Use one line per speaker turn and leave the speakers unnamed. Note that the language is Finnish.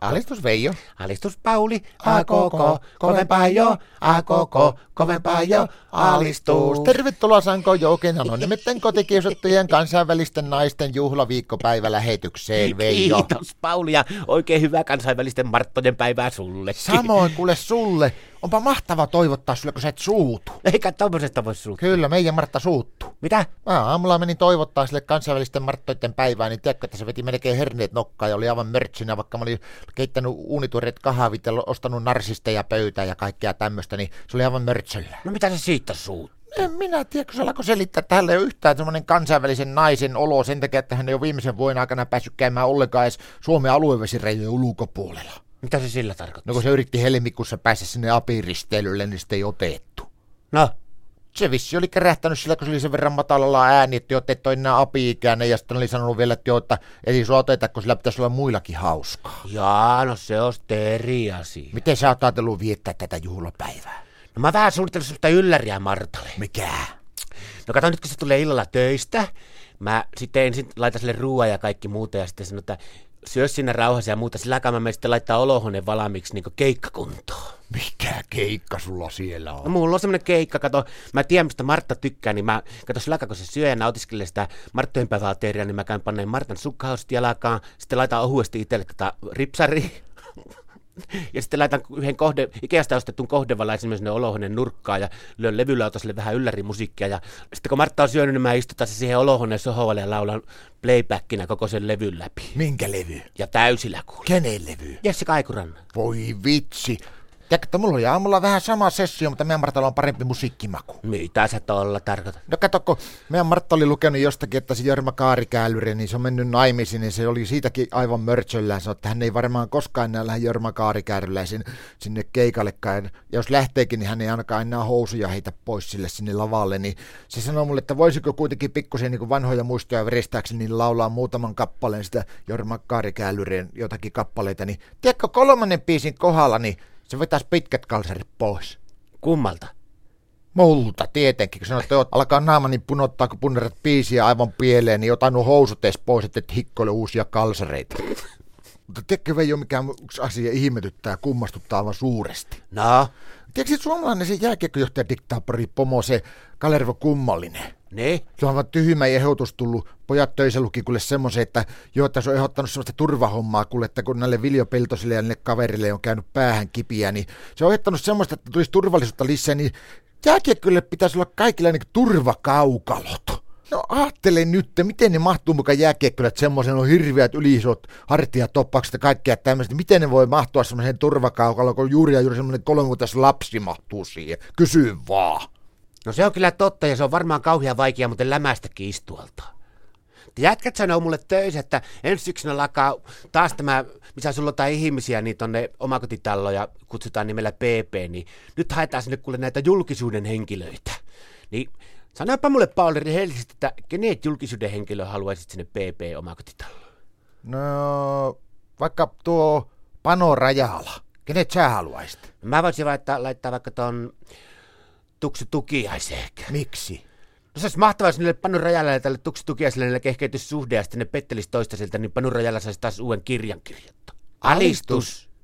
Alistus Veijo.
Alistus Pauli, a koko, kovempaa jo, a koko, kovempaa jo, alistus.
Tervetuloa Sanko Joukena, no nimittäin kotikiusattujen kansainvälisten naisten juhlaviikkopäivälähetykseen Veijo.
Kiitos Pauli ja oikein hyvää kansainvälisten Marttojen päivää sulle.
Samoin kuule sulle. Onpa mahtava toivottaa sulle, kun sä et suutu.
Eikä tommosesta voi suuttua.
Kyllä, meidän Martta suuttu.
Mitä?
Mä aamulla menin toivottaa sille kansainvälisten Marttoiden päivää, niin tiedätkö, että se veti melkein herneet nokkaa ja oli aivan mörtsinä, vaikka mä olin keittänyt uunituoreet kahvit ja ostanut narsisteja pöytään ja kaikkea tämmöistä, niin se oli aivan mörtsöllä.
No mitä se siitä suut?
En minä tiedä, kun se alkoi selittää, että hänellä ei ole yhtään semmoinen kansainvälisen naisen olo sen takia, että hän ei ole viimeisen vuoden aikana päässyt käymään ollenkaan edes Suomen aluevesirajojen ulkopuolella.
Mitä se sillä tarkoittaa?
No kun se yritti helmikuussa päästä sinne apiristeilylle, niin sitä ei otettu.
No,
Se vissi oli kärähtänyt sillä, kun se oli sen verran matalalla ääni, että joo, te et ole enää api-ikäinen, ja sitten oli sanonut vielä, että joo, että ei sua oteta, kun sillä pitäisi olla muillakin hauskaa.
jaa, no se on sitten eri asia.
Miten sä oot ajatellut viettää tätä juhlapäivää?
No mä vähän suunnittelin susta ylläriä Martalle.
Mikä?
No kato nyt, kun se tulee illalla töistä, mä sitten ensin laitan sille ruoan ja kaikki muuta ja sitten sanon, että syö sinne rauhassa ja muuta. Sillä aikaa mä menen sitten laittaa olohuoneen valmiiksi niin keikkakuntoon.
Mikä keikka sulla siellä on?
No mulla on semmonen keikka, kato, mä tiedän mistä Martta tykkää, niin mä, kato sillä aikaa, kun se syö ja nautiskelee sitä Marttojen päivää ateriaa, niin mä käyn panneen Martan sukkahousut jalkaan, sitten laitan ohuesti itselle tota ripsari. Ja sitten laitan yhden kohde, Ikeasta ostetun kohdevalaisen myös sinne olohuoneen nurkkaan ja lyön levylautaselle vähän yllärimusiikkia. Ja sitten kun Martta on syönyt, niin mä istutan se siihen olohuoneen sohovalle ja laulan playbackinä koko sen levyn läpi.
Minkä levy?
Ja täysillä kuule.
Kenen levy?
Jesse Kaikuranna.
Voi vitsi. Tiedätkö, että mulla oli aamulla vähän sama sessio, mutta meidän Martalla on parempi musiikkimaku.
Mitä sä tuolla tarkoitat?
No kato, kun meidän Martta oli lukenut jostakin, että se Jorma Kaarikäylyre, niin se on mennyt naimisiin, niin se oli siitäkin aivan mörtsöllään. Sanoi, että hän ei varmaan koskaan enää lähde Jorma Kaarikäylylle sinne, sinne keikallekaan. Ja jos lähteekin, niin hän ei ainakaan enää housuja heitä pois sille sinne lavalle. Niin se sanoi mulle, että voisiko kuitenkin pikkusen niin kuin vanhoja muistoja veristääkseni niin laulaa muutaman kappaleen sitä Jorma Kaarikäylyreen jotakin kappaleita. Niin tiedätkö, kolmannen biisin kohdalla, niin se vetäisi pitkät kalsarit pois.
Kummalta?
Multa tietenkin, kun sanoit, että joo, alkaa naamani punottaa, kun punnerat biisiä aivan pieleen, niin otan nuo housut edes pois, että et hikkoile uusia kalsareita. Mutta tiedätkö, Veijo, mikä yksi asia ihmetyttää ja kummastuttaa aivan suuresti?
No,
Tiedätkö, se suomalainen se jääkiekkojohtaja diktaapori Pomo, se Kalervo Kummallinen?
niin.
Se on aivan tyhmä ehdotus tullut. Pojat töissä luki kuule semmoisen, että joo, että se on ehdottanut semmoista turvahommaa kuule, että kun näille viljopeltosille ja niille kaverille on käynyt päähän kipiä, niin se on ehdottanut semmoista, että tulisi turvallisuutta lisää, niin jääkiekkylle pitäisi olla kaikilla niin turvakaukalot. No ajattele nyt, miten ne mahtuu mukaan jääkiekkylät semmoisen on hirveät yliisot hartiatoppaukset ja kaikkea tämmöistä. Miten ne voi mahtua semmoiseen turvakaukaloon, kun juuri ja juuri semmoinen kolmenvuotias lapsi mahtuu siihen? Kysy vaan.
No se on kyllä totta ja se on varmaan kauhean vaikea muuten lämästäkin istualta. Jätkät sanoo mulle töissä, että ensi syksynä alkaa taas tämä, missä sulla on jotain ihmisiä, niin tonne omakotitaloja kutsutaan nimellä PP, niin nyt haetaan sinne kuule näitä julkisuuden henkilöitä. Niin sanopa mulle Pauli rehellisesti, että kenet julkisuuden henkilö haluaisit sinne PP omakotitaloon?
No, vaikka tuo Pano Rajala. Kenet sä haluaisit?
Mä voisin laittaa, laittaa vaikka ton Tuksu Tukiaisen ehkä.
Miksi?
No se olisi mahtavaa, jos niille Panu Rajalla ja tälle Tuksu Tukiaiselle kehkeytys suhde ja sitten ne pettelis toista siltä, niin Panu Rajalla saisi taas uuden kirjan kirjoittaa. Alistus!